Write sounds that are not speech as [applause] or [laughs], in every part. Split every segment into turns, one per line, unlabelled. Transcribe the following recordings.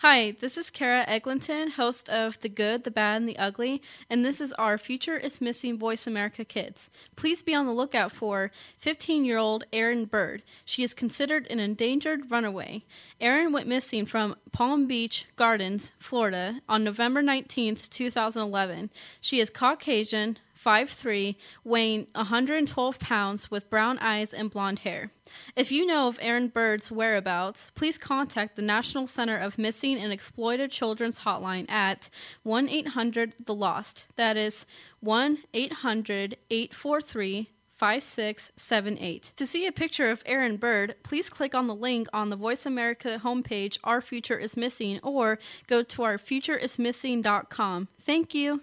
Hi, this is Kara Eglinton, host of The Good, the Bad, and the Ugly, and this is our Future is Missing Voice America Kids. Please be on the lookout for 15 year old Erin Bird. She is considered an endangered runaway. Erin went missing from Palm Beach Gardens, Florida, on November 19, 2011. She is Caucasian, 5'3, weighing 112 pounds, with brown eyes and blonde hair. If you know of Aaron Bird's whereabouts, please contact the National Center of Missing and Exploited Children's Hotline at 1 800 The Lost. That is 1 800 843 5678. To see a picture of Aaron Bird, please click on the link on the Voice America homepage, Our Future is Missing, or go to ourfutureismissing.com. Thank you.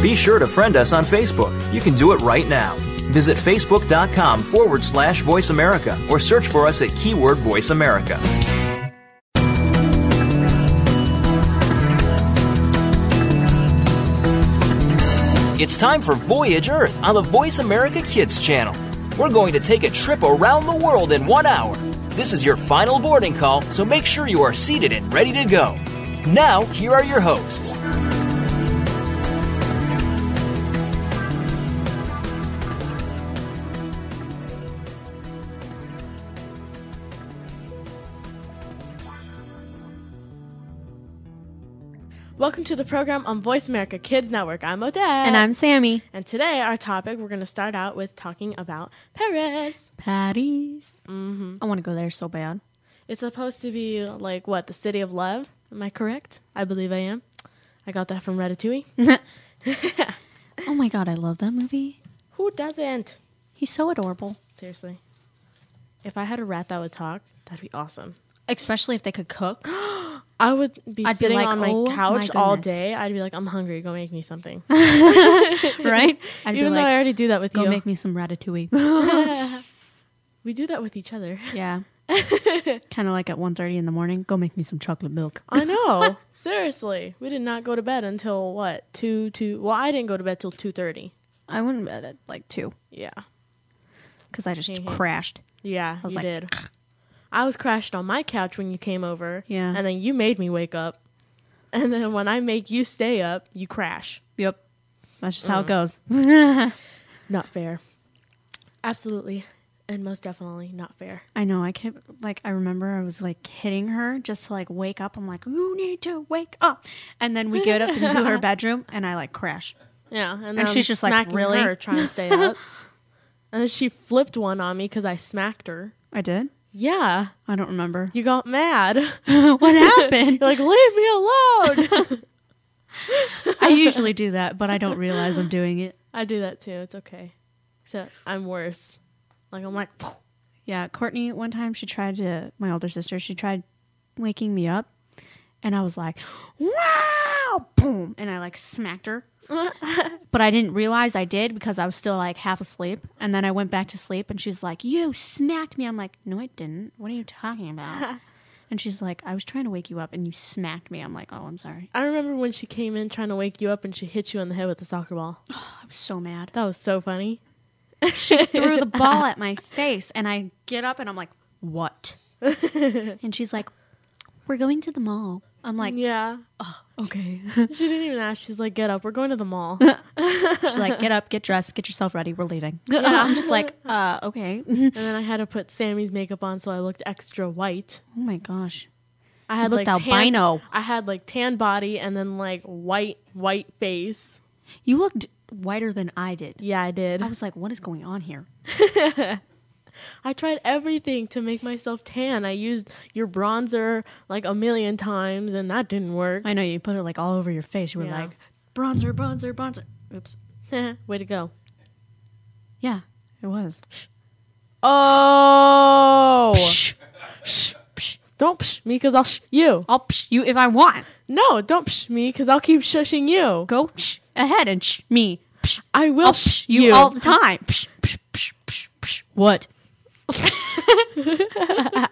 Be sure to friend us on Facebook. You can do it right now. Visit facebook.com forward slash voice America or search for us at keyword voice America. It's time for Voyage Earth on the Voice America Kids channel. We're going to take a trip around the world in one hour. This is your final boarding call, so make sure you are seated and ready to go. Now, here are your hosts.
Welcome to the program on Voice America Kids Network. I'm Odette.
And I'm Sammy.
And today, our topic, we're going to start out with talking about Paris.
Paris. Mm-hmm. I want to go there so bad.
It's supposed to be like what? The city of love? Am I correct? I believe I am. I got that from Ratatouille.
Mm. oh my God, I love that movie.
Who doesn't?
He's so adorable.
Seriously. If I had a rat that would talk, that'd be awesome.
Especially if they could [gasps] cook. [laughs]
I would be
I'd be
sitting
like,
on my
"Oh
couch
my
all
goodness."
day. I'd be like, I'm hungry. Go make me something.
right? I'd be
Even though
like,
I already do that with
go
you.
make me some [laughs] ratatouille.
we do that with each other.
[laughs] yeah. kind of like at 1.30 in the morning, go make me some chocolate milk.
[laughs] I know. Seriously, we did not go to bed until what two two. Well, I didn't go to bed till two thirty.
I went to bed at like 2
Yeah,
because I just
Mhm.
crashed.
yeah,
was
you
like,
did. I was crashed on my couch when you came over.
Yeah.
and then you made me wake up, [laughs] and then when I make you stay up, you crash.
Yep. That's just how it goes.
Not fair. Absolutely, and most definitely not fair.
I know. I kept like I remember I was like hitting her just to like wake up. I'm like, you need to wake up. And then we get up into [laughs] her bedroom and I like crash.
Yeah, and, then
And she's
I'm
just like,
smacking
"Really?"
her, trying to stay
[laughs]
up, and then she flipped one on me because I smacked her.
I did.
Yeah,
I don't remember
you got mad.
[laughs] what happened. [laughs]
You're like, leave me alone. [laughs]
I usually do that, but I don't realize I'm doing it.
I do that too. It's okay. Except I'm worse. Like I'm like,
Yeah, Courtney. One time she tried to my older sister. She tried waking me up, and I was like, "Wow!" Boom, and I like smacked [laughs] her. but I didn't realize I did because I was still like half asleep. And then I went back to sleep, and she's like, "You smacked me." I'm like, "No, I didn't. What are you talking [laughs] about?" and she's like, "I was trying to wake you up, and you smacked me." I'm like, "Oh, I'm sorry.
I remember when she came in trying to wake you up and she hit you on the head with a soccer ball.
I was so mad."
That was so funny.
threw the [laughs] ball at my face and I get up and I'm like, [laughs] "What?" and she's like, "We're going to the mall." I'm like,
Yeah.
"Okay."
She didn't even ask. She's like, get up. We're going to the
[laughs]
mall.
She's like, "Get up, get dressed, get yourself ready. We're leaving." I'm just like, "Uh, okay." [laughs] oh
and then I had to put Sammy's makeup on so I looked extra white.
my gosh.
I had
looked
like
albino.
Tan, I had like tan body and then like white, white face.
You looked whiter than I did.
Yeah, I did.
I was like, "What is going on here?"
I tried everything to make myself tan. I used your bronzer like a million times and that didn't work.
I know you put it like all over your face. You were
Yeah.
like, "Bronzer, bronzer, bronzer." Oops.
[laughs] Way to go.
Yeah, it was.
Oh.
Psh, psh, psh.
Don't psh me because I'll sh you.
I'll psh you if I want.
No, don't psh me because I'll keep shushing you.
Go. Psh. ahead and psh, me. Psh,
I will
I'll psh you, all the time. Psh, psh, psh, psh, psh. What? all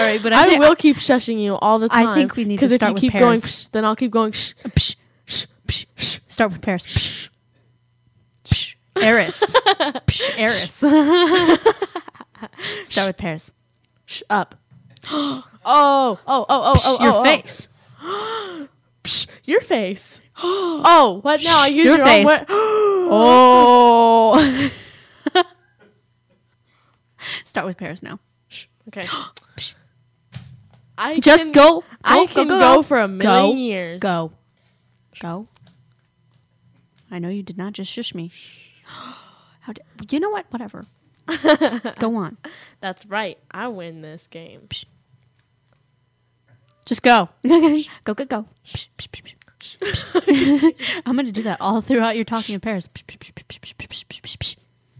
right, but I,
I
think-
will keep shushing you all the time.
I think we need to
because if
start
you
with
keep going,
Paris.
psh, then I'll keep going. Shh,
Psh, psh, psh, psh. Start with Paris. Psh, psh. Eris. psh, Eris. [laughs] Start with Paris.
shh
[gasps]
up. oh, oh, oh, oh,
Psh,
oh,
your
oh, oh.
face.
Psh, your
[gasps]
face. oh, what? No, I use
your
your,
face.
own word. [gasps]
Oh. [laughs] Start with Paris now.
[gasps] okay. I
Just
can-
go.
I
go,
can
go,
go,
go,
for a
Go.
million years.
Go. Go. I know you did not just shush me. [gasps] How d you know what? Whatever. Just go on.
That's right. I win this game.
Just go. go, go, go. [laughs] I'm going to do that all throughout your talking in Paris.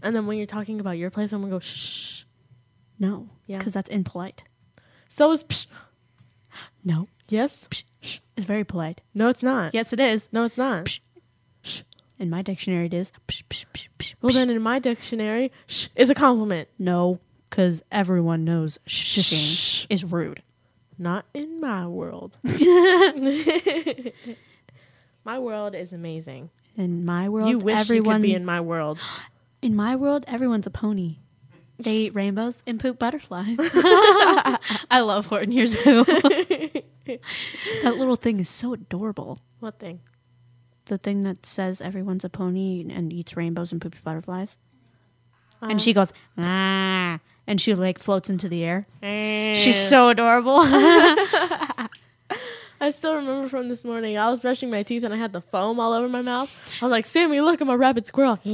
And then when you're talking about your place, I'm gonna go shh.
No.
Yeah.
Because that's impolite.
So is psh.
No.
Yes.
It's very polite.
No, it's not.
Yes, it is.
No, it's not.
In my dictionary, it is.
Well, then in my dictionary, shh is a compliment.
No, because everyone knows shushing is rude.
Not in my
[laughs]
world. [laughs] my world is amazing.
In my world,
you wish
everyone
you could be in my
[gasps]
world.
In my world, everyone's a pony. They eat rainbows and poop [laughs] butterflies. I love Horton Hears Who. [laughs] that little thing is so adorable.
What thing?
The thing that says everyone's a pony and eats rainbows and poops butterflies. And she goes, ah, and she like floats into the air. She's so adorable. [laughs]
I still remember from this morning. I was brushing my teeth and I had the foam all over my mouth. I was like, Sammy, look, I'm a rabid squirrel. [laughs]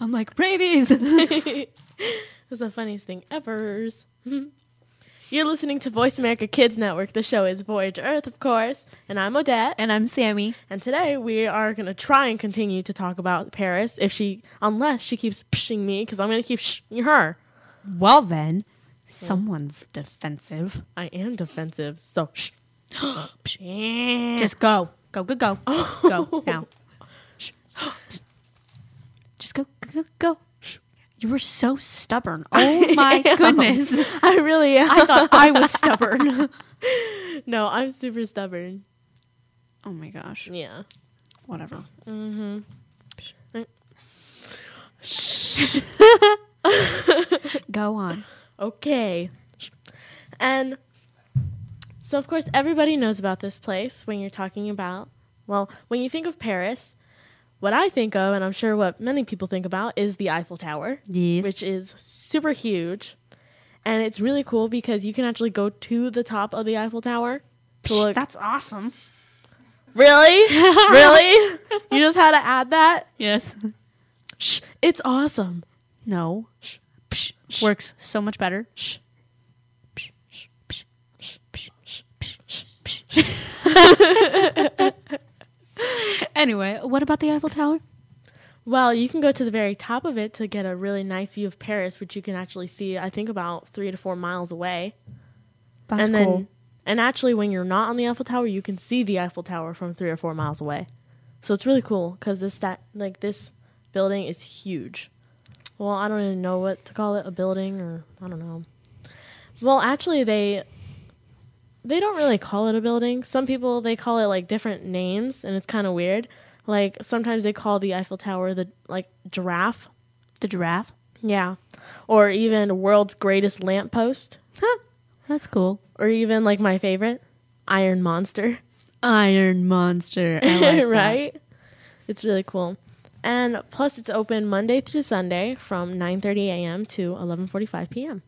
I'm like, rabies.
It's the funniest thing ever. [laughs] You're listening to Voice America Kids Network. The show is Voyage Earth, of course, and I'm Odette.
and I'm Sammy.
And today we are going to try and continue to talk about Paris if she unless she keeps pshing me because I'm going to keep shing her.
Well, then, someone's defensive.
I am defensive. So shh. [gasps] Mm.
Just go. Go, go, go. Go now. Just go, go, go, go. You were so stubborn. Oh my goodness.
[laughs] I really am.
I thought I was stubborn.
no, I'm super stubborn.
Oh my gosh.
Yeah.
Whatever. Go on.
Okay. And so, of course, everybody knows about this place when you're talking about, well, when you think of Paris, what I think of, and I'm sure what many people think about, is the Eiffel Tower,
Yes.
which is super huge. And it's really cool because you can actually go to the top of the Eiffel Tower to look.
That's awesome. [laughs]
really? really? You just had to add that?
Yes.
Shh, it's awesome.
No. Psh, Works so much better. anyway, what about the Eiffel Tower?
Well, you can go to the very top of it to get a really nice view of Paris, which you can actually see, I think, about three to four miles away.
That's
and then, and actually, when you're not on the Eiffel Tower, you can see the Eiffel Tower from three or four miles away. So it's really cool because this that like this building is huge. Well, I don't even know what to call it—a building or I don't know. Well, actually, they they don't really call it a building. Some people they call it like different names, and it's kind of weird. Like sometimes they call the Eiffel Tower the like giraffe,
the giraffe.
yeah, or even world's greatest lamppost,
Huh. That's cool.
or even like my favorite, Iron Monster.
Iron Monster.
[laughs]
I like that.
right? It's really cool. And plus, it's open Monday through Sunday from 9:30 a.m. to 11:45 p.m.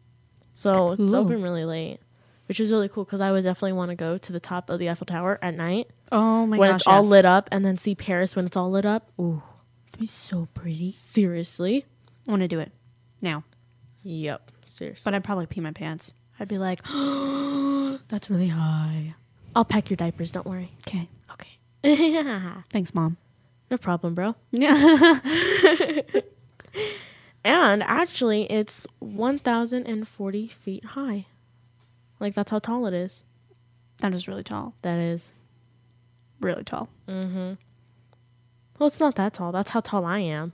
So it's
Cool.
open really late, which is really cool because I would definitely want to go to the top of the Eiffel Tower at night
Oh my
when
gosh.
it's all
yes.
lit up, and then see Paris when it's all lit up. Ooh,
It'd be so pretty.
seriously?
I want to do it now,
Yep, seriously.
but I'd probably pee my pants. I'd be like, [gasps] that's really high.
I'll pack your diapers. Don't worry.
Okay.
Okay.
Thanks, Mom.
[laughs] No problem, bro. and actually, it's 1,040 feet high. Like, that's how tall it is.
[laughs] That is really tall.
That is.
Really tall.
Well, it's not that tall. That's how tall I am.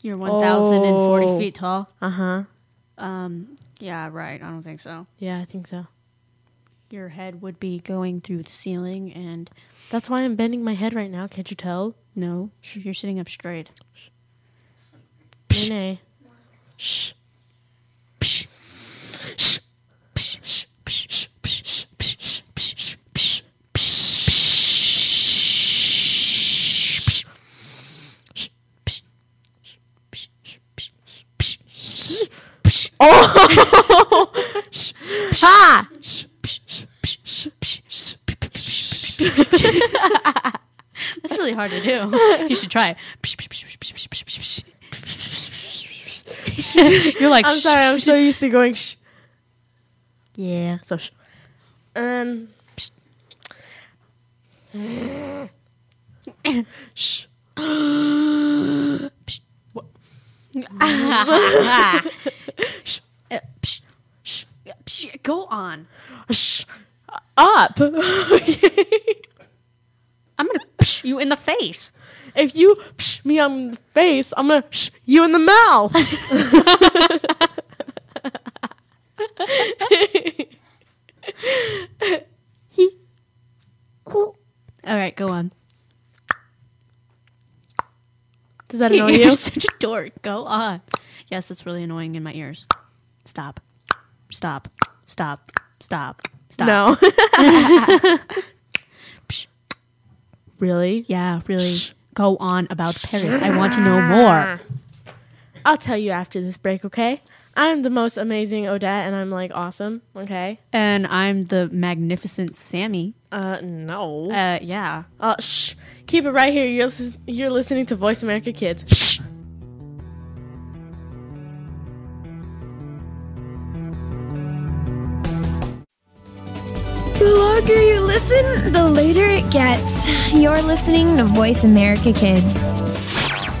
You're 1,040
Oh.
feet tall.
Uh huh.
Um, yeah, right. I don't think so.
Yeah, I think so.
Your head would be going through the ceiling, and
That's why I'm bending my head right now. Can't you tell?
no, you're sitting up straight.
Nay,
[laughs]
nay. Shh. Psh. Shh. Psh, shh, psh, shh, psh, shh, psh, shh, psh, shh, psh, psh, shh, psh, shh, psh, shh, psh, shh, psh, psh, shh, psh. Oh! Ha!
That's really hard to do. Oh, you should try it. [laughs] You're like,
I'm sorry. I'm so used to going shh.
yeah.
So sh- um.
Go on.
uh, up. [laughs] okay.
I'm gonna psh you in the face.
If you psh me on the face, I'm gonna psh you in the
[laughs]
mouth.
All right, go [laughs] on.
Does that annoy
You're
you?
[laughs] such a dork. Go on. Yes, that's really annoying in my ears. Stop. Stop. Stop. Stop. Stop.
No. really?
Yeah, really. Go on about Paris. I want to know more.
I'll tell you after this break, okay? I'm the most amazing Odette, and I'm like awesome, okay?
And I'm the magnificent Sammy.
Uh, no.
Uh, yeah.
Uh, shh. Keep it right here. You're, lis- you're listening to Voice America Kids.
The longer you listen, the later it gets. You're listening to Voice America Kids.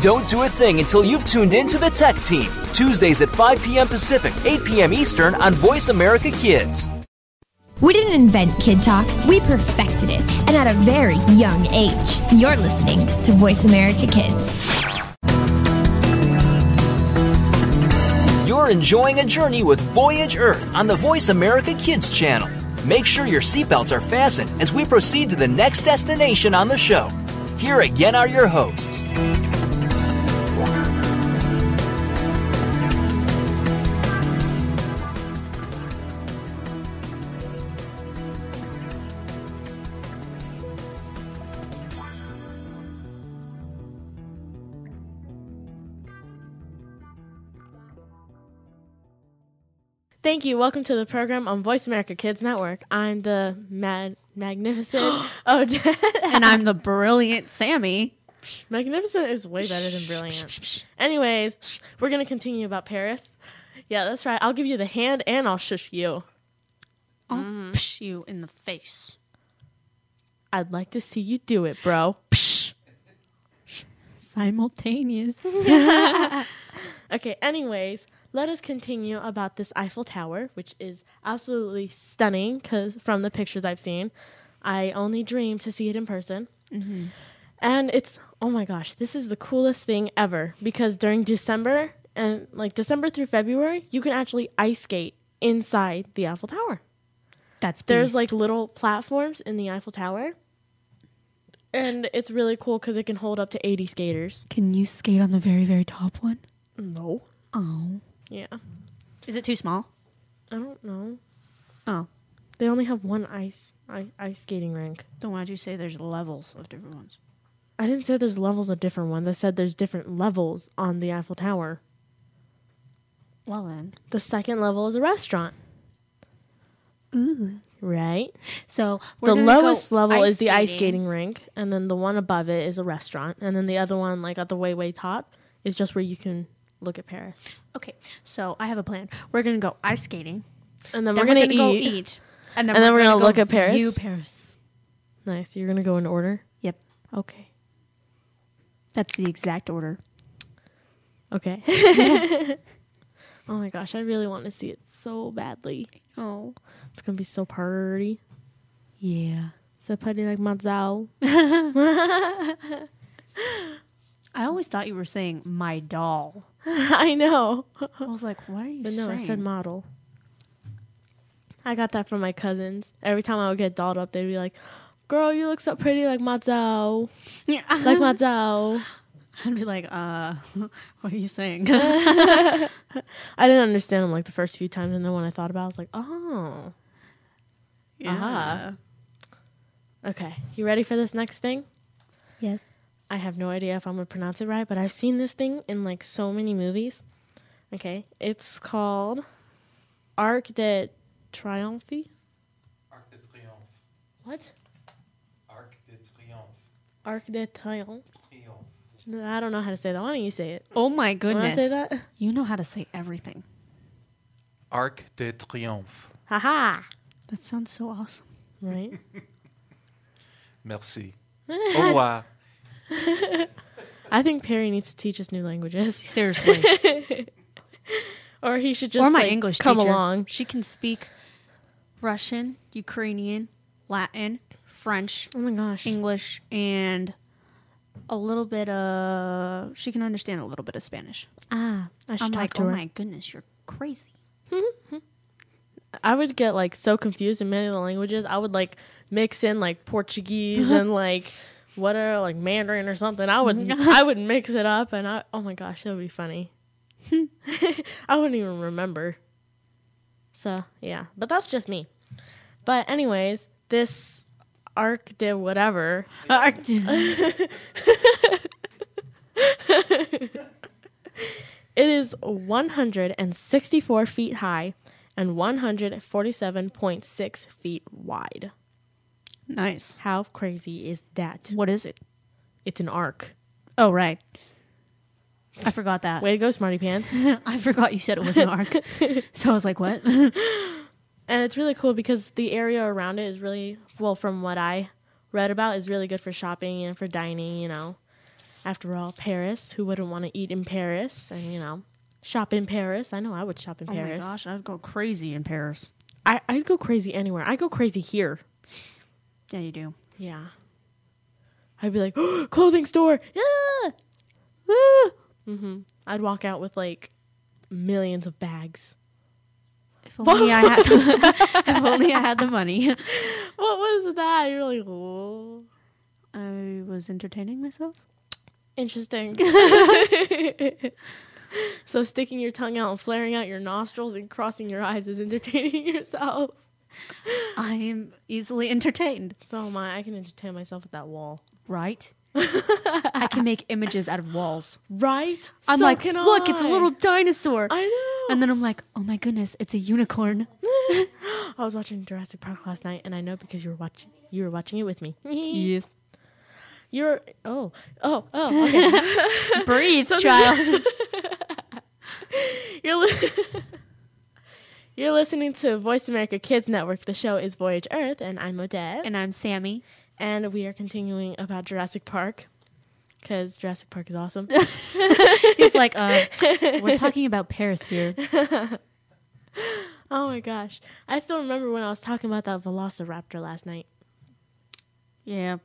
Don't do a thing until you've tuned in to the Tech Team. Tuesdays at 5 p.m. Pacific, 8 p.m. Eastern on Voice America Kids.
We didn't invent Kid Talk, we perfected it, and at a very young age. You're listening to Voice America Kids.
You're enjoying a journey with Voyage Earth on the Voice America Kids channel. Make sure your seatbelts are fastened as we proceed to the next destination on the show. Here again are your hosts.
Thank you. Welcome to the program on Voice America Kids Network. I'm the mad, magnificent Odette. [laughs]
And I'm the brilliant Sammy.
Magnificent is way better than brilliant. Anyways, we're gonna continue about Paris. Yeah, that's right. I'll give you the hand and I'll shush you.
I'll Oh, psh you in the face.
I'd like to see you do it, bro.
Simultaneous.
Okay, anyways, let us continue about this Eiffel Tower, which is absolutely stunning because from the pictures I've seen, I only dream to see it in person. And it's, oh my gosh, this is the coolest thing ever because during December and like December through February, you can actually ice skate inside the Eiffel Tower.
[laughs] That's
There's
beast.
like little platforms in the Eiffel Tower and it's really cool because it can hold up to 80 skaters.
Can you skate on the very, very top one?
No.
Oh.
Yeah.
Is it too small?
I don't know.
Oh.
They only have one ice I, ice skating rink.
Then why'd you say there's levels of different ones?
I didn't say there's levels of different ones. I said there's different levels on the Eiffel Tower.
Well then.
The second level is a restaurant.
Ooh.
Right?
So
the lowest level is the ice
skating.
skating rink, and then the one above it is a restaurant, and then the other one, like at the way way top, is just where you can look at Paris.
Okay, so I have a plan. We're gonna go ice skating.
And then,
Then
we're, gonna,
go
eat.
eat. And
And then we're gonna look
go
at Paris?
View Paris.
Nice. You're gonna go in order.
Yep,
Okay.
that's the exact order.
Okay. oh my gosh, I really want to see it so badly.
Oh,
It's gonna be so party.
yeah.
So party like Mazel.
I always thought you were saying my doll.
I know.
I was like, what are you
But no,
saying?
I said model. I got that from my cousins. Every time I would get dolled up, they'd be like, "Girl, you look so pretty, like Mazel, like Mazel."
[laughs] I'd be like, uh, [laughs] what are you saying? [laughs]
I didn't understand them like the first few times, and then when I thought about, it, I was like, "Oh,
yeah.
okay." You ready for this next thing?
Yes.
I have no idea if I'm gonna pronounce it right, but I've seen this thing in like so many movies. Okay, it's called Arc de Triomphe.
Arc de Triomphe.
What?
Arc de Triomphe.
Arc de Triomphe.
Triomphe.
I don't know how to say that. Why don't you say it?
Oh my
Wanna
goodness.
say that?
You know how to say everything.
Arc de Triomphe.
Haha.
That sounds so awesome.
Right?
[laughs]
[laughs]
Merci. Au revoir.
I think Perry needs to teach us new languages, [laughs]
Seriously.
or he should just
or my
like,
English
come
teacher.
along.
She can speak Russian, Ukrainian, Latin, French,
Oh my gosh!
English, and a little bit of. She can understand a little bit of Spanish.
Ah, I should
I'm
talk
like,
to
oh
her.
my goodness, you're crazy.
I would get like so confused in many of the languages. I would like mix in like Portuguese and like what are like Mandarin or something. I would I would mix it up, and I oh my gosh, that would be funny. [laughs] I wouldn't even remember. So yeah, but that's just me. But anyways, this arc de whatever It is 164 feet high and 147.6 feet wide.
nice.
How crazy is that?
What is it?
It's an arc.
Oh, right. I forgot that.
Way to go, Smarty
[laughs]
Pants.
I forgot you said it was an [laughs] arc. so I was like, what?
and it's really cool because the area around it is really, well, from what I read about, is really good for shopping and for dining, you know. After all, Paris, who wouldn't want to eat in Paris and, you know, shop in Paris? I know I would shop in
Oh my
Paris.
gosh, I'd go crazy in Paris.
I, I'd go crazy anywhere. I go crazy here.
Yeah, you do.
Yeah. I'd be like, [gasps] clothing store. Yeah. hmm I'd walk out with like millions of bags.
If only I [laughs] had, if only I had the money.
What was that? You're like, oh.
I was entertaining myself.
[laughs] Interesting. so sticking your tongue out and flaring out your nostrils and crossing your eyes is entertaining [laughs] yourself.
I am easily entertained,
So am I. I can entertain myself with that wall.
right? [laughs] I can make images out of walls.
Right?
I'm
So
like,
can
look, it's a
I."
little dinosaur.
I know.
And then I'm like, oh my goodness, it's a unicorn.
I was watching Jurassic Park last night, and I know because you were watching. You were watching it with me.
Yes.
[laughs] You're oh oh oh. [laughs] Okay.
Breathe, child. [laughs]
You're li- [laughs] you're listening to Voice America Kids Network. The show is Voyage Earth, and I'm Odette,
and I'm [laughs] Sammy.
and we are continuing about Jurassic Park because Jurassic Park is [laughs] awesome.
He's like, uh, [laughs] we're talking about Paris here.
oh my gosh, I still remember when I was talking about that Velociraptor last night.
Yeah.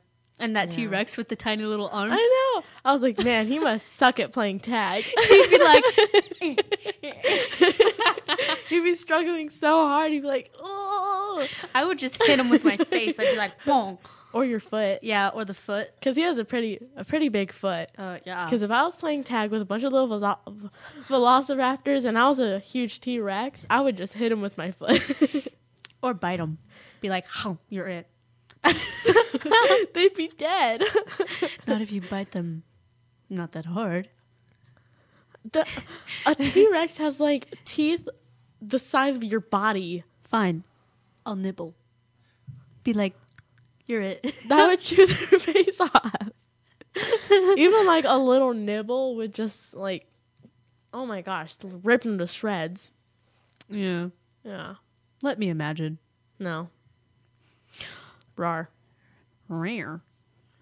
And that T Rex with the tiny little arms.
I know. I was like, man, he must suck at playing [laughs] tag.
He'd be [laughs] like,
He'd be struggling so hard. He'd be like, oh.
[laughs] I would just hit him with my face. I'd be like, boom.
or your foot,
Yeah, or the foot.
because he has a pretty a pretty big foot.
Uh, yeah.
Because if I was playing tag with a bunch of little velo- velociraptors and I was a huge T Rex, I would just hit him with my [laughs] foot.
Or bite them. Be like, oh, you're it.
They'd be dead. [laughs]
Not if you bite them. Not that hard.
The, a T Rex has like teeth the size of your body.
Fine. I'll nibble. Be like, you're it. [laughs]
That would chew their face off. Even like a little nibble would just like, oh my gosh, rip them to shreds.
Yeah.
Yeah.
Let me imagine.
No. Rar.
Rare.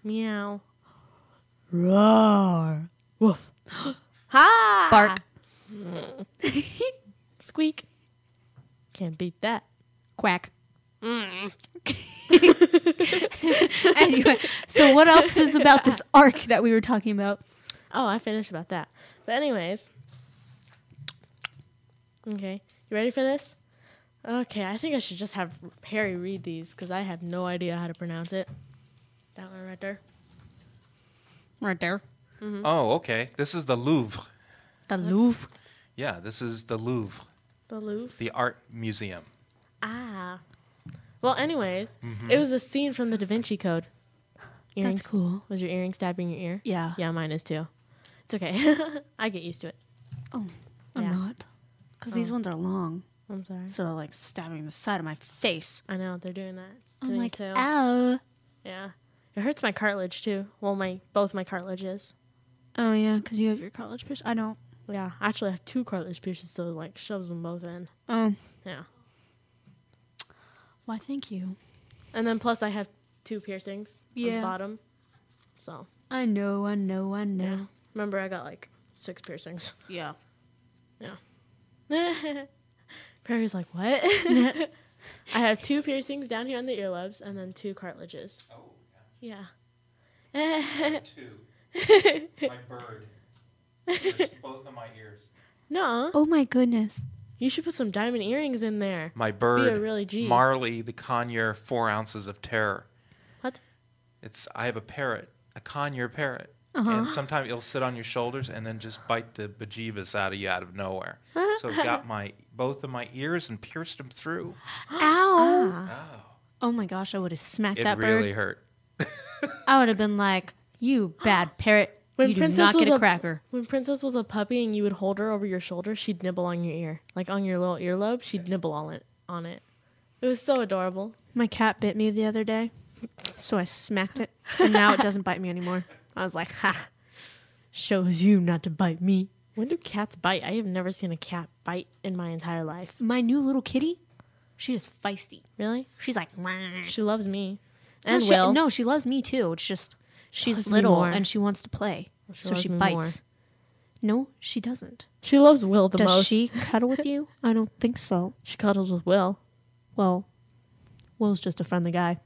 Meow.
Roar. Woof.
Ha!
[laughs] Bark.
Squeak. Can't beat that.
Quack. anyway, so what else is about [laughs] this arc that we were talking about?
Oh, I finished about that. But anyways. Okay. You ready for this? Okay, I think I should just have Harry read these because I have no idea how to pronounce it. That one right there.
Right there.
Hmm.
Oh, okay. This is the Louvre.
The Louvre.
Yeah, this is the Louvre,
The Louvre.
the art
[laughs]
museum.
Ah. Well, anyways, it was a scene from the Da Vinci Code. Earrings.
cool.
Was your earring stabbing your ear?
Yeah.
Yeah, mine is too. It's okay. [laughs] I get used to it.
Oh, I'm
Yeah.
not. Because these ones are long.
I'm sorry.
So they're like stabbing the side of my face.
I know they're doing that to
I'm
me
like,
too.
"Oh." ow.
Yeah. It hurts my cartilage too. Well, my both my cartilages.
Oh, yeah, because you have your college push. I don't.
Yeah, I actually have two cartilage piercings, so it, like shoves them both in.
Oh.
Yeah,
Why, thank you.
and then plus I have two piercings on
Yeah.
the bottom. So
I know, I know, I know.
remember, I got like six piercings. [laughs]
Yeah.
Perry's like,
[laughs]
what? [laughs] I have two piercings down here on the earlobes, and then two cartilages. Oh. Yeah.
Two. my bird. both of my ears.
[laughs] No,
Oh, my [gasps] goodness.
you should put some diamond earrings in there.
My bird.
really G.
Marley, the conure, four ounces of terror.
What?
It's I have a parrot, a conure parrot.
Uh-huh.
And sometimes it'll sit on your shoulders and then just bite the bejeebus out of you out of nowhere. so it
[laughs]
got my both of my ears and pierced them
[gasps]
through.
Ow. Oh, my gosh, I would have smacked
It
that bird.
really hurt.
I would have been like, "You bad parrot!
When
you do
Princess
not get
was
a,
a-
cracker."
When Princess was a puppy and you would hold her over your shoulder, she'd nibble on your ear, like on your little earlobe. She'd nibble on it. On it. It was so adorable.
My cat bit me the other day, so I smacked it, and now it doesn't bite me anymore. I was like, "Ha! Shows you not to bite me."
When do cats bite? I have never seen a cat bite in my entire life.
My new little kitty, she is feisty.
Really?
She's like, "Wah."
She loves me.
no,
And
she,
Will.
no, she loves me too. It's just she's
Loves me
little
more. Oh,
and she wants to play,
she
so
loves
she
me
bites.
more.
No, she doesn't.
She loves Will the
Does
most.
she cuddle with you? [laughs] I don't think so.
She cuddles with Will.
Well, Will's just a friendly guy.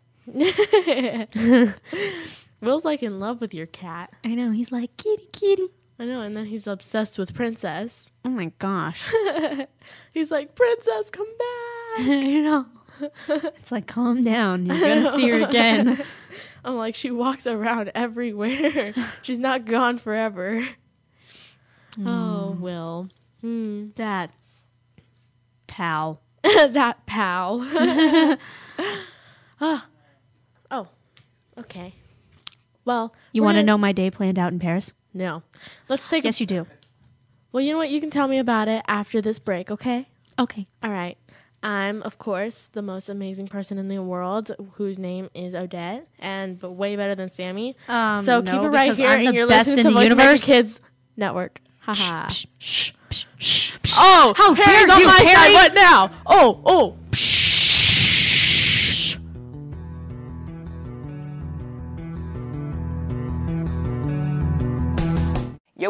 Will's like in love with your cat.
I know. He's like, kitty, kitty.
I know, and then he's obsessed with Princess.
Oh my gosh.
[laughs] He's like, Princess, come back.
[laughs] I know. It's like, calm down. You're going to see her [laughs] again.
I'm like, she walks around [laughs]
[laughs]
everywhere. She's not gone forever.
Mm.
Oh, Will. [laughs]
that pal.
that
[laughs]
pal. ah. Oh, okay. Well,
You
we're
want to
gonna-
know my day planned out in Paris?
No. Let's take
Yes,
a.
you do.
Well, you know what? You can tell me about it after this break, okay?
Okay.
All right. I'm, of course, the most amazing person in the world whose name is Odette, and but way better than Sammy.
Um,
so
no,
keep it right
because
here,
I'm
and
the
you're
best
listening
in
to
the
Voice America
universe.
Kids Network. Haha.
Psh, psh, psh, psh, psh.
Oh,
How
Harry's
dare
on
you,
my side.
Harry!
What now? Oh, oh.
Yo,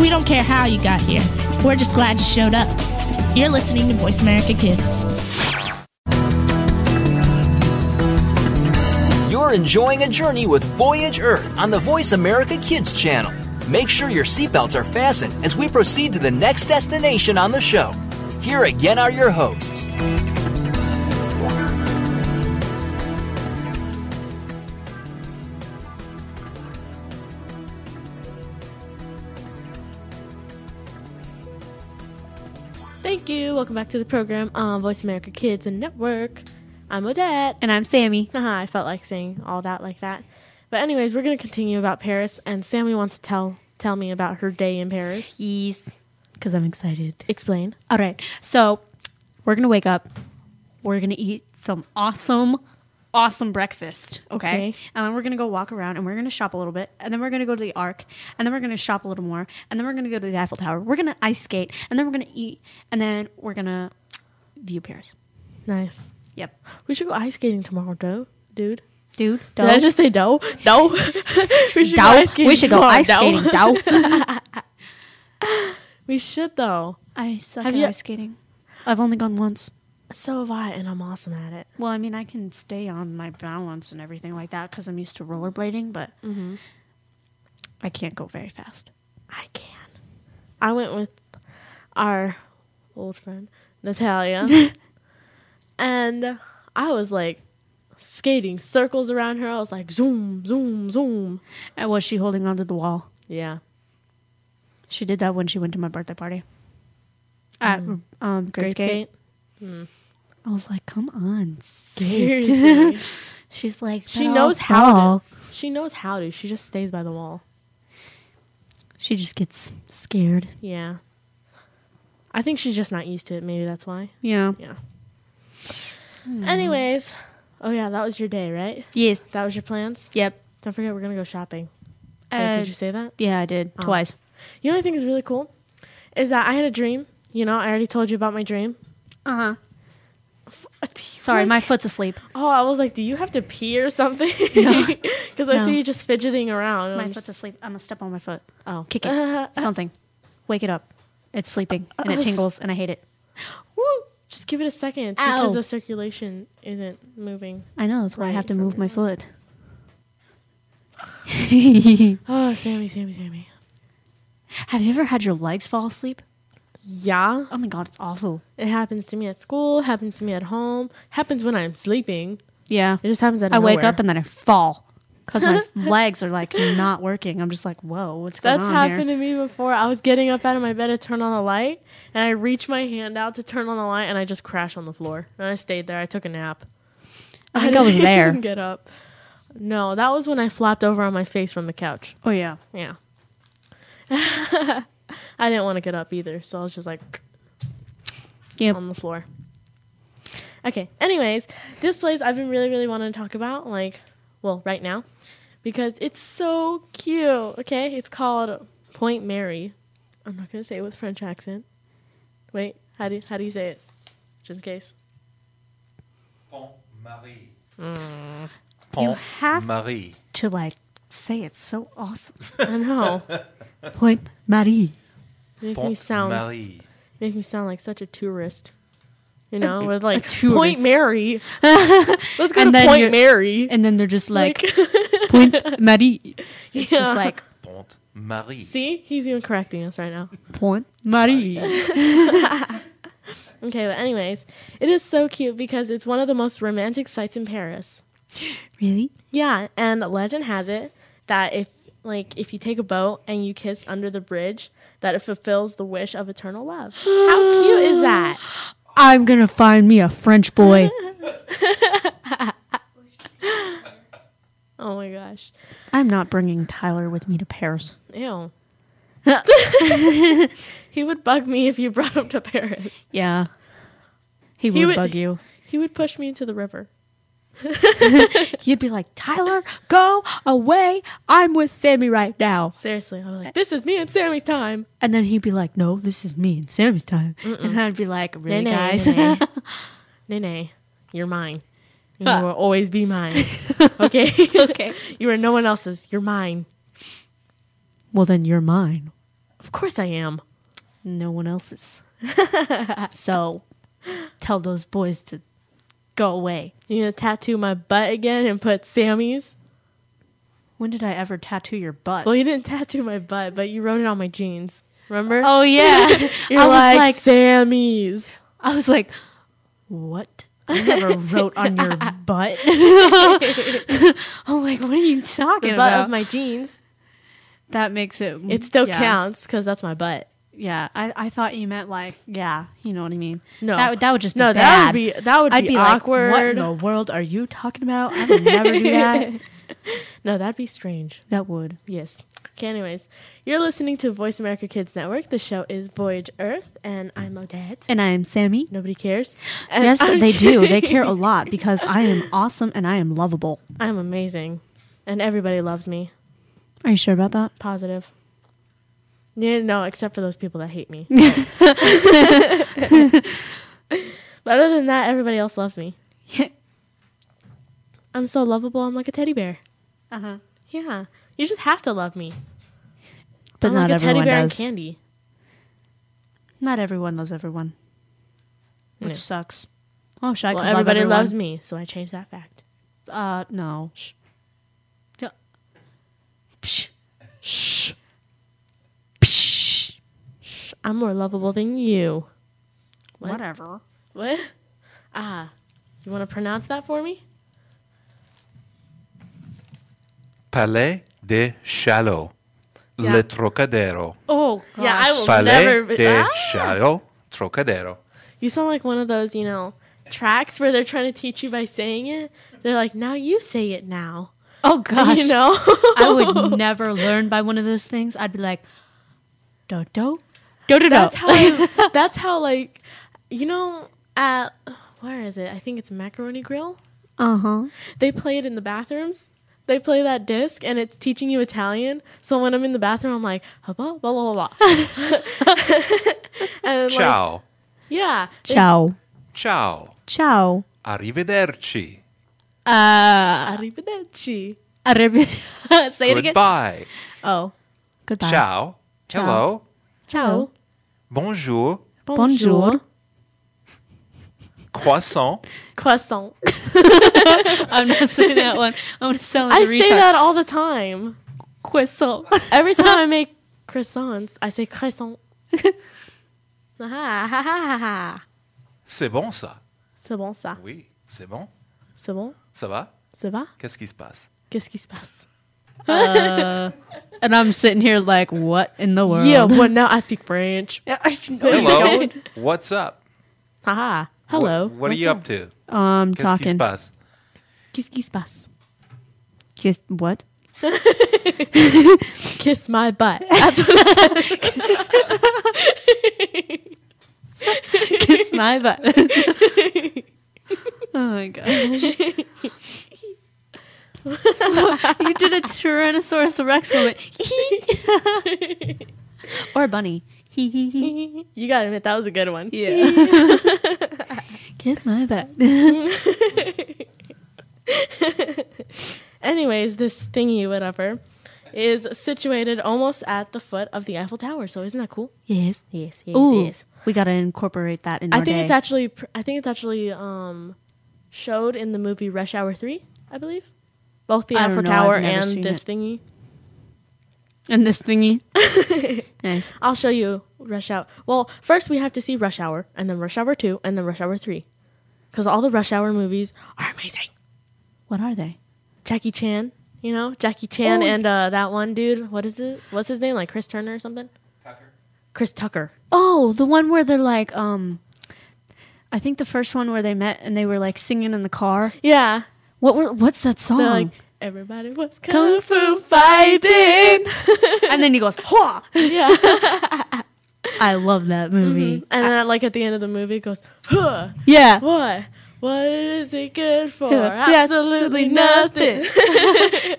We don't care how you got here. We're just glad you showed up. You're listening to Voice America Kids.
You're enjoying a journey with Voyage Earth on the Voice America Kids channel. Make sure your seatbelts are fastened as we proceed to the next destination on the show. Here again are your hosts.
Thank you. Welcome back to the program on Voice America Kids and Network. I'm Odette.
And I'm Sammy.
Haha, I felt like saying all that like that. But anyways, we're gonna continue about Paris, and Sammy wants to tell tell me about her day in Paris.
Yes. Because I'm excited.
Explain.
All right. So we're going to wake up. We're going to eat some awesome, awesome breakfast. Okay.
Okay.
And then we're going to go walk around and we're going to shop a little bit. And then we're going to go to the Arc. And then we're going to shop a little more. And then we're going to go to the Eiffel Tower. We're going to ice skate. And then we're going to eat. And then we're going to view Paris.
Nice.
Yep.
We should go ice skating tomorrow, though, dude.
Dude,
Did I just say no? No. [laughs] we should
Dow. We should go
tomorrow,
ice
dow.
skating. Dow.
[laughs]
[laughs]
We should though.
[laughs] I suck
Have
at
you-
ice skating. I've only gone once.
So have I, and I'm awesome at it.
Well, I mean, I can stay on my balance and everything like that because I'm used to rollerblading, but I can't go very fast.
I can. I went with our old friend
[laughs]
Natalia, and I was like skating circles around her. I was like zoom, zoom, zoom.
And was she holding onto the wall?
Yeah.
She did that when she went to my birthday party at um, Great Skate. I was like, "Come on, skate." [laughs]
Seriously.
She's like,
she
"But
knows
I'll
how.
fall."
To, she knows how to. She just stays by the wall.
She just gets scared.
Yeah. I think she's just not used to it. Maybe that's why.
Yeah.
Yeah.
Mm-hmm.
Anyways, oh yeah, that was your day, right?
Yes.
That was your plans.
Yep.
Don't forget, we're gonna go shopping. Wait,
Uh,
did you say that?
yeah, I did twice.
You know what I think is really cool is that I had a dream. You know, I already told you about my dream.
Uh huh.
Uh, do you
Sorry,
like-
my foot's asleep.
Oh, I was like, do you have to pee or something? [laughs] Because I
[laughs] No.
see you just fidgeting around.
My
I'm
foot's asleep. I'm gonna step on my foot.
Oh.
kick it. [laughs] Something. Wake it up. It's sleeping and [laughs] it tingles and I hate it. Woo!
Just give it a second it's
Ow.
because the circulation isn't moving.
I know that's why I have to move my foot.
Oh, Sammy, Sammy, Sammy.
Have you ever had your legs fall asleep?
Yeah,
Oh my god, it's awful.
it happens to me at school. Happens to me at home. Happens when I'm sleeping.
Yeah.
It just happens at
I wake up
and
and then I fall because [laughs] my legs are like not working. I'm just like, whoa, what's going
that's
on
happened
here?
to me before. I was getting up out of my bed to turn on the light, and I reach my hand out to turn on the light, and I just crash on the floor. And I stayed there. I took a nap.
I think I
[laughs]
was there.
Didn't get up. No, that was when I flopped over on my face from the couch.
Oh yeah.
Yeah. [laughs] I didn't want to get up either, so I was just like
Yep.
on the floor. Okay. Anyways, this place I've been really, really wanting to talk about, like, well, right now, because it's so cute. Okay, it's called Point Mary. I'm not gonna say it with French accent. Wait, how do how do you say it? Just in case.
Pont Marie.
Mm.
Pont
have-
Marie.
To like say it's so awesome.
I know.
[laughs] Point Marie.
Make me
Pont
sound
Marie.
make me sound like such a tourist.
[laughs]
You know, with like
tourist.
Point
[laughs]
Mary. Let's go
And
to
then
Point
you're-
Mary.
And then they're just like,
Like-
[laughs] Point Marie. It's
Yeah.
just like,
Pont Marie.
See, he's even correcting us right now.
Point Marie.
Okay, but anyways, it is so cute because it's one of the most romantic sites in Paris.
really?
Yeah, and legend has it that if like if you take a boat and you kiss under the bridge, that it fulfills the wish of eternal love. How cute is that?
[gasps] I'm going to find me a French boy.
Oh my gosh.
[laughs] I'm not bringing Tyler with me to Paris. [laughs]
Ew. [laughs] he would bug me if you brought him to Paris.
Yeah. He would,
would-
bug you.
He would push me into the river.
He'd be like, Tyler, go away. I'm with Sammy right now.
Seriously, I'm
Eh.
like, this is me and Sammy's time.
And then he'd be like, no, this is me and Sammy's time. And I'd be like, really,
Nay, nay,
guys?
nay, nay. Nene, you're mine. You will always be
[laughs]
mine. Okay.
Okay.
you are no one else's. You're mine.
[laughs] well, then you're mine.
Of course I am.
No
[laughs]
one else's. so tell those boys to go away.
You gonna tattoo my butt again and put Sammy's?
When did I ever tattoo your butt?
Well, you didn't tattoo my butt, but you wrote it on my jeans. Remember?
oh, yeah.
[laughs] You're
I was
like,
like-
Sammy's.
I was like, what?
[laughs]
I never wrote on your butt. [laughs] I'm like, what are you talking
The butt
about?
of my jeans.
that makes it.
It still
yeah.
counts because that's my butt.
Yeah, I, I thought you meant like, yeah, you know what I mean.
No.
that would that would just be
No, that would
bad.
be that would
I'd
be,
be like,
awkward.
what in the world are you talking about? I would never
[laughs]
do that.
no, that'd be strange.
That would.
Yes. Okay, anyways, you're listening to Voice America Kids Network. The show is Voyage Earth, and I'm Odette.
And I am Sammy.
Nobody cares. And
Yes,
I'm
they do. They
kidding.
care a lot because I am awesome and I am lovable.
I'm amazing, and everybody loves me.
Are you sure about that?
Positive. Yeah, no, except for those people that hate
[laughs]
me. but other than that, everybody else loves me. I'm so lovable. I'm like a teddy bear.
Uh huh.
Yeah, you just have to love me.
But
I'm
not
like a teddy
everyone
bear and
does.
candy.
Not everyone loves everyone, which
No.
sucks. Oh, should I?
Well,
could love
everybody
everyone.
loves me, so I changed that fact.
Uh, no. Shh. Yeah. Psh. Shh. Psh.
I'm more lovable than you.
Whatever.
What? Ah, you want to pronounce that for me?
Palais de Chalot. Le Trocadero.
Oh, yeah, I will
Palais
never. be-
de
Ah!
Chalot. Trocadero.
You sound like one of those, you know, tracks where they're trying to teach you by saying it. They're like, now you say it now.
Oh gosh.
You [laughs] know?
I would never learn by one of those things. I'd be like, do do, do do do.
that's [laughs] how. I, that's how. Like, you know, at where is it? I think it's Macaroni Grill.
Uh
Uh-huh.
huh.
They play it in the bathrooms. They play that disc, and it's teaching you Italian. So when I'm in the bathroom, I'm like, blah blah blah blah. blah. [laughs] and Uh, like,
Ciao.
yeah, they
Ciao.
Ciao.
Ciao.
Arrivederci.
Uh,
Arrivederci.
arrivederci. Say it again.
Goodbye.
Oh, goodbye.
Ciao. Hello.
Ciao.
Bonjour.
Bonjour.
Croissant.
Croissant.
I'm not saying that one. I'm gonna sound like
I
a
say
retard.
that all the time.
Croissant.
[laughs] Every time I make croissants, I say croissant. [laughs] Ah, ha, ha, ha, ha.
C'est bon ça.
C'est bon ça.
Oui, c'est bon.
C'est bon.
Ça va?
Ça va?
Qu'est-ce qui se
[laughs]
passe?
Qu'est-ce qui se passe?
And I'm sitting here like, what in the world?
[laughs] Yeah, well, now I speak French.
Hello. What's up?
Haha. Hello.
What, what are you up to?
[laughs] Um,
Qu'est-ce qui se
talking.
passe?
Qu'est-ce qui se passe?
Kiss [laughs] what?
Kiss my butt. [laughs] That's what
Kiss my [laughs] butt. oh my gosh. [laughs] you did a Tyrannosaurus Rex moment. or a bunny.
[laughs] you gotta admit, that was a good one.
yeah. Kiss my butt. [laughs]
Anyways, this thingy, whatever. is situated almost at the foot of the Eiffel Tower. So isn't that cool?
Yes.
Yes, yes,
Ooh, we gotta incorporate that in.
I
our
think
day.
it's actually pr- I think it's actually um showed in the movie Rush Hour 3, I believe. Both the
I don't
Eiffel
know,
Tower
I've never
and
seen
this
it.
thingy.
and this thingy. nice.
I'll show you Rush Hour. Well, first we have to see Rush Hour and then Rush Hour 2 and then Rush Hour 3. Cuz all the Rush Hour movies are amazing.
What are they?
Jackie Chan, you know, Jackie Chan
Oh,
and uh, that one dude. What is it? What's his name? Like Chris Turner or something? Tucker. Chris Tucker.
Oh, the one where they're like, um, I think the first one where they met and they were like singing in the car.
Yeah.
What were? What's that song?
They're like everybody was kung fu fighting.
[laughs] and then he goes, "Ha!"
yeah.
[laughs] I love that movie.
And then like at the end of the movie it goes, huh,
Yeah.
what? What is it good for?
Yeah.
Absolutely nothing.
[laughs]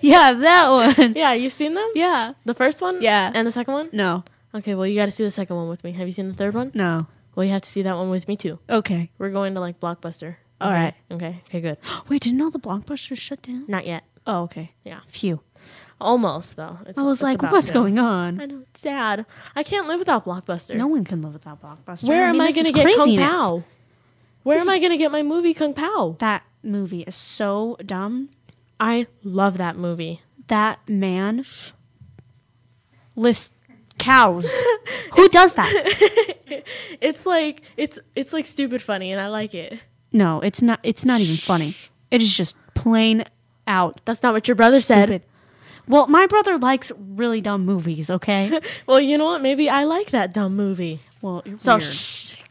Yeah, that one.
yeah, you've seen them?
Yeah.
The first one?
Yeah.
And the second one?
No.
Okay, well you gotta see the second one with me. Have you seen the third one?
No.
Well you have to see that one with me too.
Okay.
We're going to like Blockbuster.
All right.
Okay, okay, good. [gasps]
Wait, didn't all the blockbusters shut down?
Not yet.
Oh, okay.
Yeah.
Phew.
Almost though. It's,
I was
it's
like,
about
what's
to.
going on?
I know, it's sad. I can't live without Blockbuster.
No one can live without blockbusters.
Where
mean,
am I
this
gonna
is
get
craziness.
Kung Pao? Where
This
am I gonna get my movie Kung Pao?
That movie is so dumb.
I love that movie.
That man lifts cows. [laughs] Who does that?
It's like it's it's like stupid funny, and I like it.
No, it's not. It's not even funny. It is just plain out
That's not what your brother
stupid. Well, my brother likes really dumb movies. Okay.
said. Well, you know what? Maybe I like that dumb movie.
Well, you're
So
weird.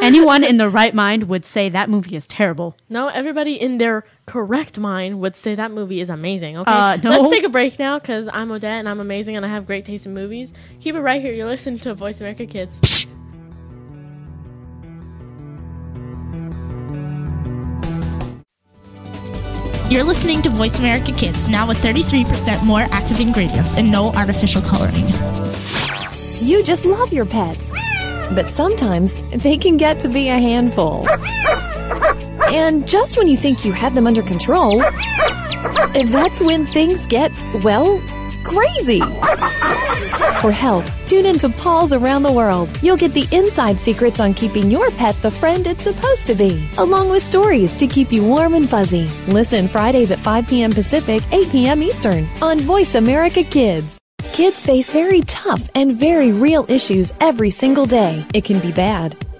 anyone in their right mind would say that movie is terrible.
no, everybody in their correct mind would say that movie is amazing. Okay,
Uh, no.
[laughs] let's take a break now because I'm Odette and I'm amazing and I have great taste in movies. Keep it right here. You're listening to Voice America Kids.
You're listening to Voice America Kids, now with 33% more active ingredients and no artificial coloring.
You just love your pets. But sometimes they can get to be a handful. And just when you think you have them under control, that's when things get, well, crazy. For help, tune into Paul's Around the World. You'll get the inside secrets on keeping your pet the friend it's supposed to be, along with stories to keep you warm and fuzzy. Listen Fridays at 5 p.m. Pacific, 8 p.m. Eastern on Voice America Kids. Kids face very tough and very real issues every single day. It can be bad.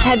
Have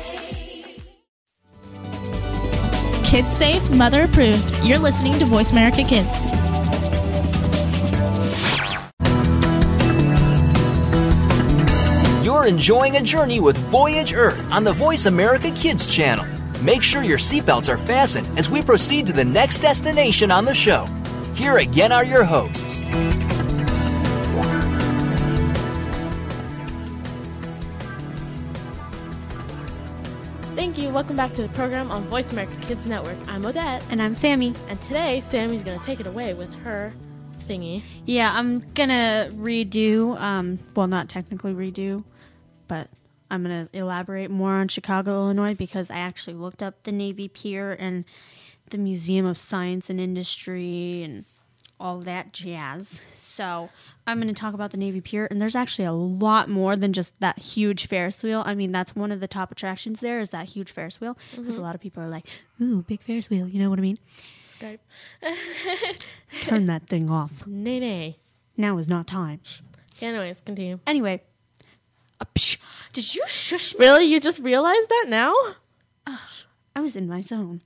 Kids safe, mother approved. You're listening to Voice America Kids.
You're enjoying a journey with Voyage Earth on the Voice America Kids channel. Make sure your seatbelts are fastened as we proceed to the next destination on the show. Here again are your hosts.
Thank you. Welcome back to the program on Voice America Kids Network. I'm Odette,
And I'm Sammy.
and today Sammy's going to take it away with her thingy.
Yeah, I'm gonna redo. Um, well, not technically redo, but I'm gonna elaborate more on Chicago, Illinois, because I actually looked up the Navy Pier and the Museum of Science and Industry and all that jazz. So I'm gonna talk about the Navy Pier, and there's actually a lot more than just that huge Ferris wheel. I mean, that's one of the top attractions there is that huge Ferris wheel, because a lot of people are like, "Ooh, big Ferris wheel," you know what I mean?
Skype.
Turn that thing off.
Nay, nay.
Now is not time.
Anyways, continue.
Anyway, uh, psh, did you shush me?
Really, you just realized that now?
I was in my zone.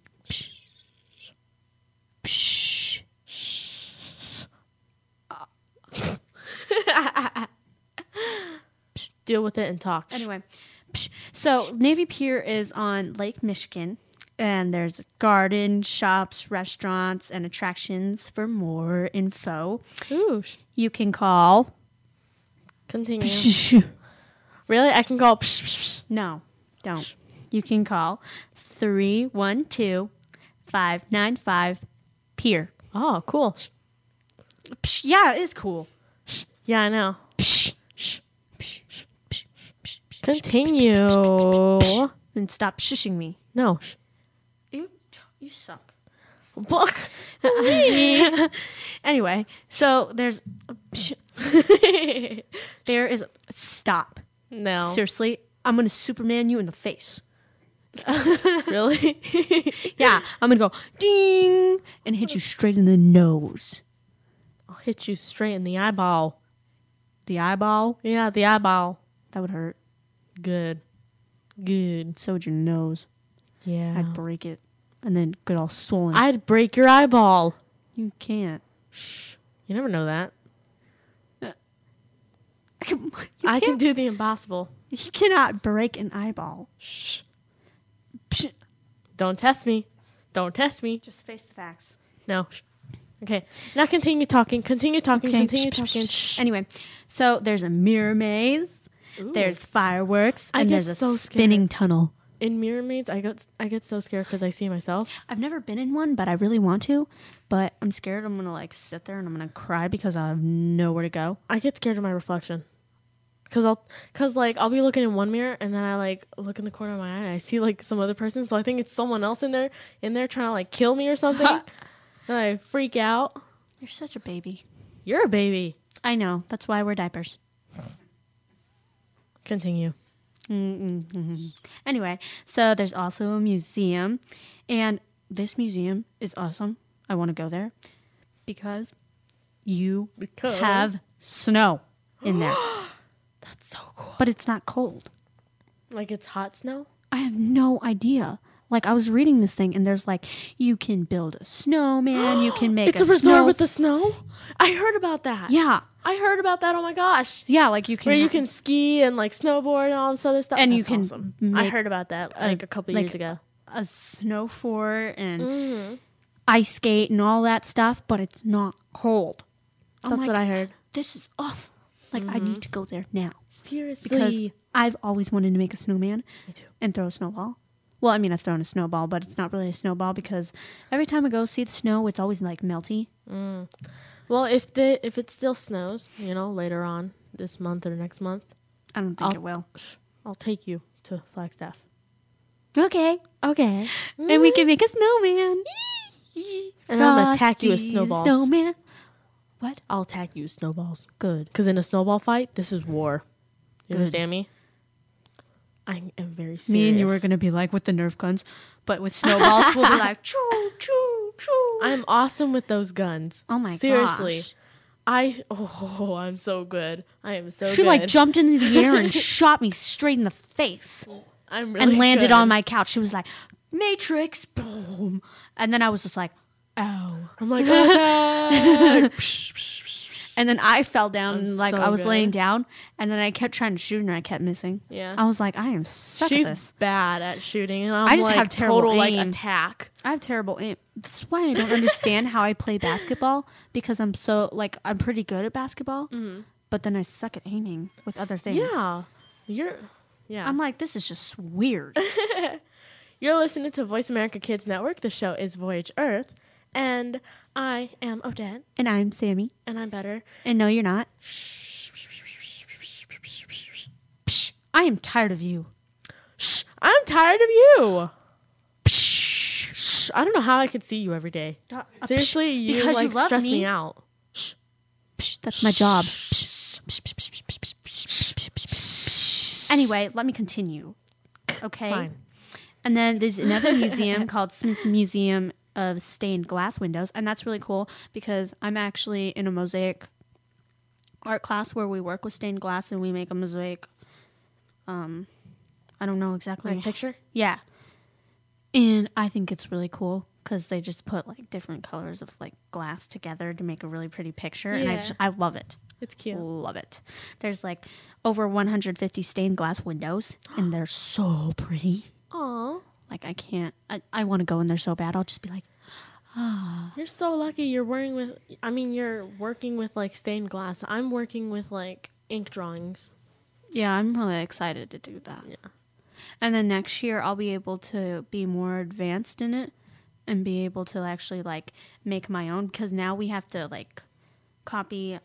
Deal with it and talk.
Anyway, psh, so Navy Pier is on Lake Michigan, and there's gardens, shops, restaurants, and attractions. For more info,
Ooh, sh-
you can call.
continue. [laughs] Really, I can go. Psh, psh, psh.
No, don't. You can call 312 595 Pier.
Oh, cool. Sh-
Psh, yeah, it is cool.
Yeah, I know.
Psh,
Continue.
and stop shushing me.
No. sh-
You, you suck.
Look. Oh,
[laughs] Anyway, so there's.
[laughs]
Psh, there is. Stop.
No.
[laughs] Seriously, I'm going to Superman you in the face.
Really? [laughs]
Yeah, I'm going to go ding and hit you straight in the nose.
I'll hit you straight in the eyeball.
The eyeball,
Yeah, the eyeball.
that would hurt.
Good. Good.
So would your nose.
Yeah.
I'd break it and then get all swollen.
I'd break your eyeball.
you can't.
You never know that.
[laughs] you,
I can
can't-
do the impossible.
you cannot break an eyeball.
Shh.
Psh.
Don't test me. Don't test me.
Just face the facts.
No. Shh. Okay. Now continue talking. Continue talking. Continue talking. Shh.
Anyway, so there's a mirror maze, there's fireworks,
I
and
get
there's a
so scared.
spinning tunnel.
In Mirror Maids, I get I get so scared because I see myself.
I've never been in one, but I really want to. But I'm scared I'm gonna like sit there and I'm gonna cry because I have nowhere to go.
I get scared of my reflection. Cause I'll, cause like I'll be looking in one mirror and then I like look in the corner of my eye and I see like some other person, so I think it's someone else in there, in there trying to like kill me or something.
[laughs]
and I freak out.
You're such a baby.
You're a baby.
I know. That's why I wear diapers.
Continue.
mm-hmm. Anyway, so there's also a museum, and this museum is awesome. I want to go there because you
Because-
have snow in [gasps] there. That's so cool. But it's not cold.
Like it's hot snow.
I have no idea. Like I was reading this thing, and there's like you can build a snowman, you
[gasps]
can make
it's a,
snow-
resort with the snow. I heard about that.
yeah,
I heard about that. Oh my gosh.
yeah. Like you can
Where you
have-
can ski and like snowboard and all this other stuff.
And you
That's
can
Awesome. I
make
heard about that like a couple
like- oh
years ago.
a snow fort and
Mm-hmm.
ice skate and all that stuff, but it's not cold. Oh
That's
my
what I Mm-hmm.
g-
heard.
This is awesome. Like I need to go there now
Seriously.
because I've always wanted to make a snowman
Me too.
and throw a snowball. Well, I mean, I've thrown a snowball, but it's not really a snowball because every time I go see the snow, it's always like melty.
Well, if the if it still snows, you know, later on this month or next month,
I don't think
I'll-
it will.
I'll take you to Flagstaff.
Okay,
Okay. Mm.
and we can make a snowman.
And I'll attack you with
Frosty the
snowballs.
Snowman.
I'll attack you with snowballs.
Good.
Because in a snowball fight, this is war. You
Good.
understand me? I am very serious.
Me and you were gonna be like with the Nerf guns, but with snowballs, we'll be [laughs] like choo choo choo.
I'm awesome with those guns.
Oh my
Seriously.
gosh.
I oh I'm so good. I am so
She
good.
like jumped into the air
[laughs]
and shot me straight in the face
I'm really
and landed
good.
on my couch. She was like, Matrix, boom. And then I was just like, oh.
I'm like
[laughs]
attack.
And then I fell down,
I'm
like
so
I was
good.
laying down, and then I kept trying to shoot and I kept missing.
Yeah.
I was like, I am suck
She's
at this.
bad at shooting, and I'm
I just
like
have terrible
total like
aim.
attack.
I have terrible aim. That's why I don't understand how I play basketball because I'm so like I'm pretty good at basketball, but then I suck at aiming with other things.
Mm-hmm. Yeah, you're. Yeah,
I'm like, this is just weird.
you're listening to Voice America Kids Network. The show is Voyage Earth, and I am Odette,
and I'm Sammy.
and I'm better.
And no, you're not. Psh, I am tired of you.
Shh, I'm tired of you. Shh, I don't know how I could see you every day. Seriously, you
Uh, because you
like
love
stress me,
me.
out.
Psh, that's my job. Anyway, let me continue. Okay.
Fine.
And then there's another museum [laughs] called Smith Museum of Stained Glass Windows, and that's really cool because I'm actually in a mosaic art class where we work with stained glass and we make a mosaic. Um, I don't know exactly.
Like a picture?
Yeah. And I think it's really cool because they just put like different colors of like glass together to make a really pretty picture. And I,
Yeah.
just, I love it.
It's cute.
Love it. There's like over 150 stained glass windows and they're so pretty.
Aw.
Like I can't, I, I want to go in there so bad. I'll just be like,
You're so lucky you're working with I mean you're working with like stained glass. I'm working with like ink drawings.
Yeah, I'm really excited to do that. Yeah. And then next year I'll be able to be more advanced in it and be able to actually like make my own because now we have to like copy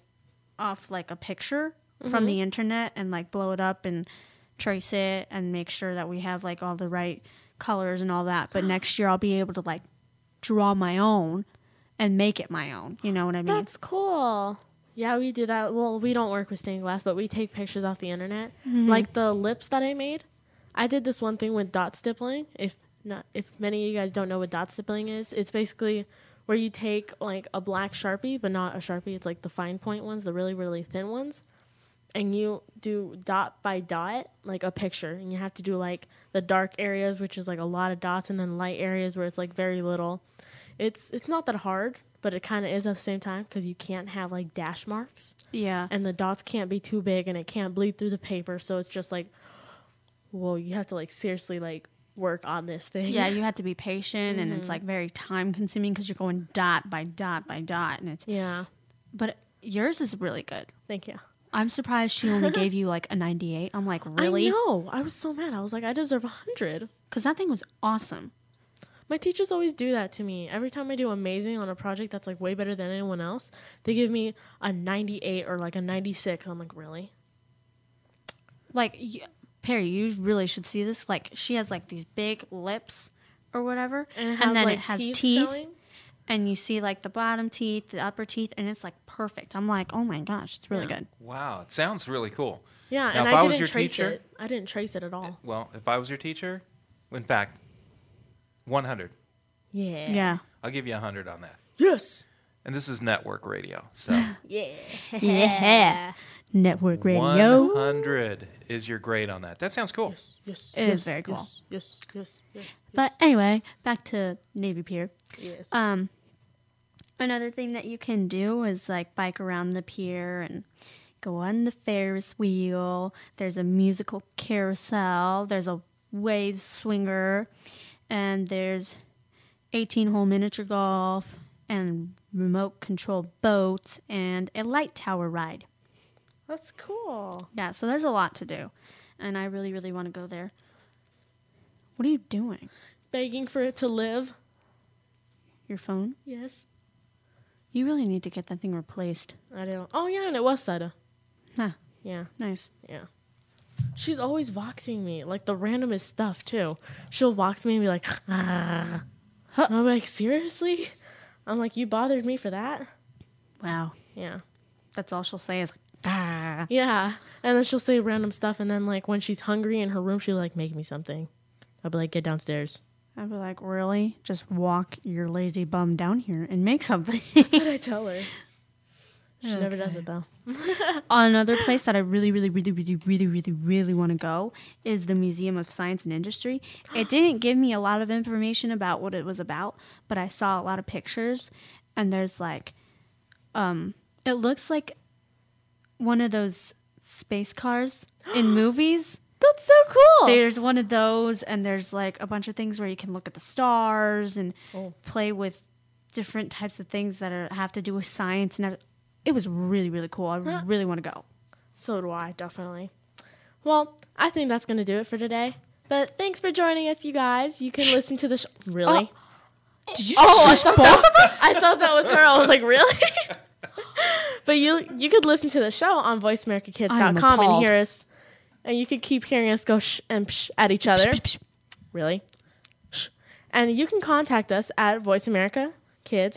off like a picture from the internet and like blow it up and trace it and make sure that we have like all the right colors and all that. But next year I'll be able to like draw my own and make it my own. You know what I mean?
That's cool. Yeah, we do that. Well, we don't work with stained glass, but we take pictures off the internet. Like the lips that I made. I did this one thing with dot stippling. If not if many of you guys don't know what dot stippling is, it's basically where you take like a black Sharpie, but not a Sharpie, it's like the fine point ones, the really really thin ones. and you do dot by dot like a picture and you have to do like the dark areas which is like a lot of dots and then light areas where it's like very little it's it's not that hard but it kind of is at the same time because you can't have like dash marks
yeah.
and the dots can't be too big and it can't bleed through the paper so it's just like whoa you have to like seriously like work on this thing
[laughs] Yeah, you have to be patient, and it's like very time consuming because you're going dot by dot by dot, and it's.
[laughs] yeah
But yours is really good.
thank you
I'm surprised she only [laughs] gave you like a 98. I'm like, really?
i know i was so mad i was like i deserve a hundred
Because that thing was awesome.
My teachers always do that to me. Every time I do amazing on a project that's like way better than anyone else, they give me a 98 or like a 96. I'm like, really?
Like y- Perry, you really should see this. Like she has like these big lips or whatever, then it has teeth,
showing?
and you see like the bottom teeth, the upper teeth, and it's like perfect. I'm like, oh my gosh, it's really good.
Wow, it sounds really cool.
Yeah,
Now,
and
if I
I
was
didn't
your
trace
teacher-
it. I didn't trace it at all.
Well, if I was your teacher, in fact, 100.
Yeah.
Yeah.
I'll give you 100 on that.
Yes.
And this is network radio.
[laughs]
So
Yeah. Network radio.
100 is your grade on that. That sounds cool.
Yes.
It is very cool.
Yes. Yes. Yes. Yes.
But anyway, back to Navy Pier.
Yes.
Um, another thing that you can do is like bike around the pier and go on the Ferris wheel. There's a musical carousel. There's a wave swinger, and there's 18 hole miniature golf and remote control boats and a light tower ride.
That's cool.
Yeah, so there's a lot to do, and I really, really want to go there. What are you doing?
Begging for it to live.
Your phone?
Yes.
You really need to get that thing replaced.
I don't. Oh yeah, and it was Seda.
Huh.
Yeah.
Nice.
Yeah. She's always voxing me, like the randomest stuff too. She'll vox me and be like, ah. And I'm like, seriously? I'm like, you bothered me for that?
Wow.
Yeah.
That's all she'll say is, ah.
Yeah. And then she'll say random stuff and then like when she's hungry in her room she'll like make me something. I'll be like, get downstairs.
I'd be like, really? Just walk your lazy bum down here and make something. [laughs]
But I tell her. She never does it though.
Another place that I really, really, really, really, really, really, really want to go is the Museum of Science and Industry. It didn't give me a lot of information about what it was about, but I saw a lot of pictures, and there's like, um, it looks like one of those space cars in [gasps] movies.
That's so cool.
There's one of those, and there's like a bunch of things where you can look at the stars and
Oh.
play with different types of things that are, have to do with science. And everyth- it was really, really cool. I really want to go.
So do I, definitely. Well, I think that's going to do it for today. But thanks for joining us, you guys. You can listen to the show. Really?
Did you oh, shush both of us?
[laughs] I thought that was her. I was like, really? [laughs] but you you could listen to the show on
I'm
voiceamericakids.com and
appalled.
hear us. And you could keep hearing us go shh and psh at each other. really? Shh. And you can contact us at voiceamericakids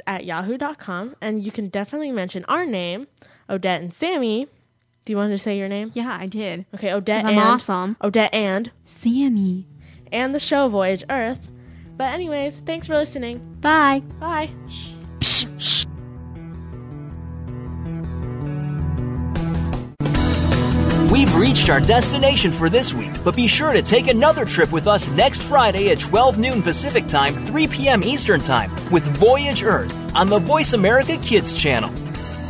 at yahoo.com. And you can definitely mention our name, Odette and Sammy. Do you want to say your name?
Yeah, I did.
Okay, Odette
'Cause I'm
and
awesome.
Odette and
Sammy.
and the show Voyage Earth. But anyways, thanks for listening.
Bye.
Bye.
We've reached our destination for this week, but be sure to take another trip with us next Friday at 12 noon Pacific Time, 3 p.m. Eastern Time with Voyage Earth on the Voice America Kids channel.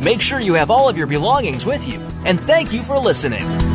Make sure you have all of your belongings with you, and thank you for listening.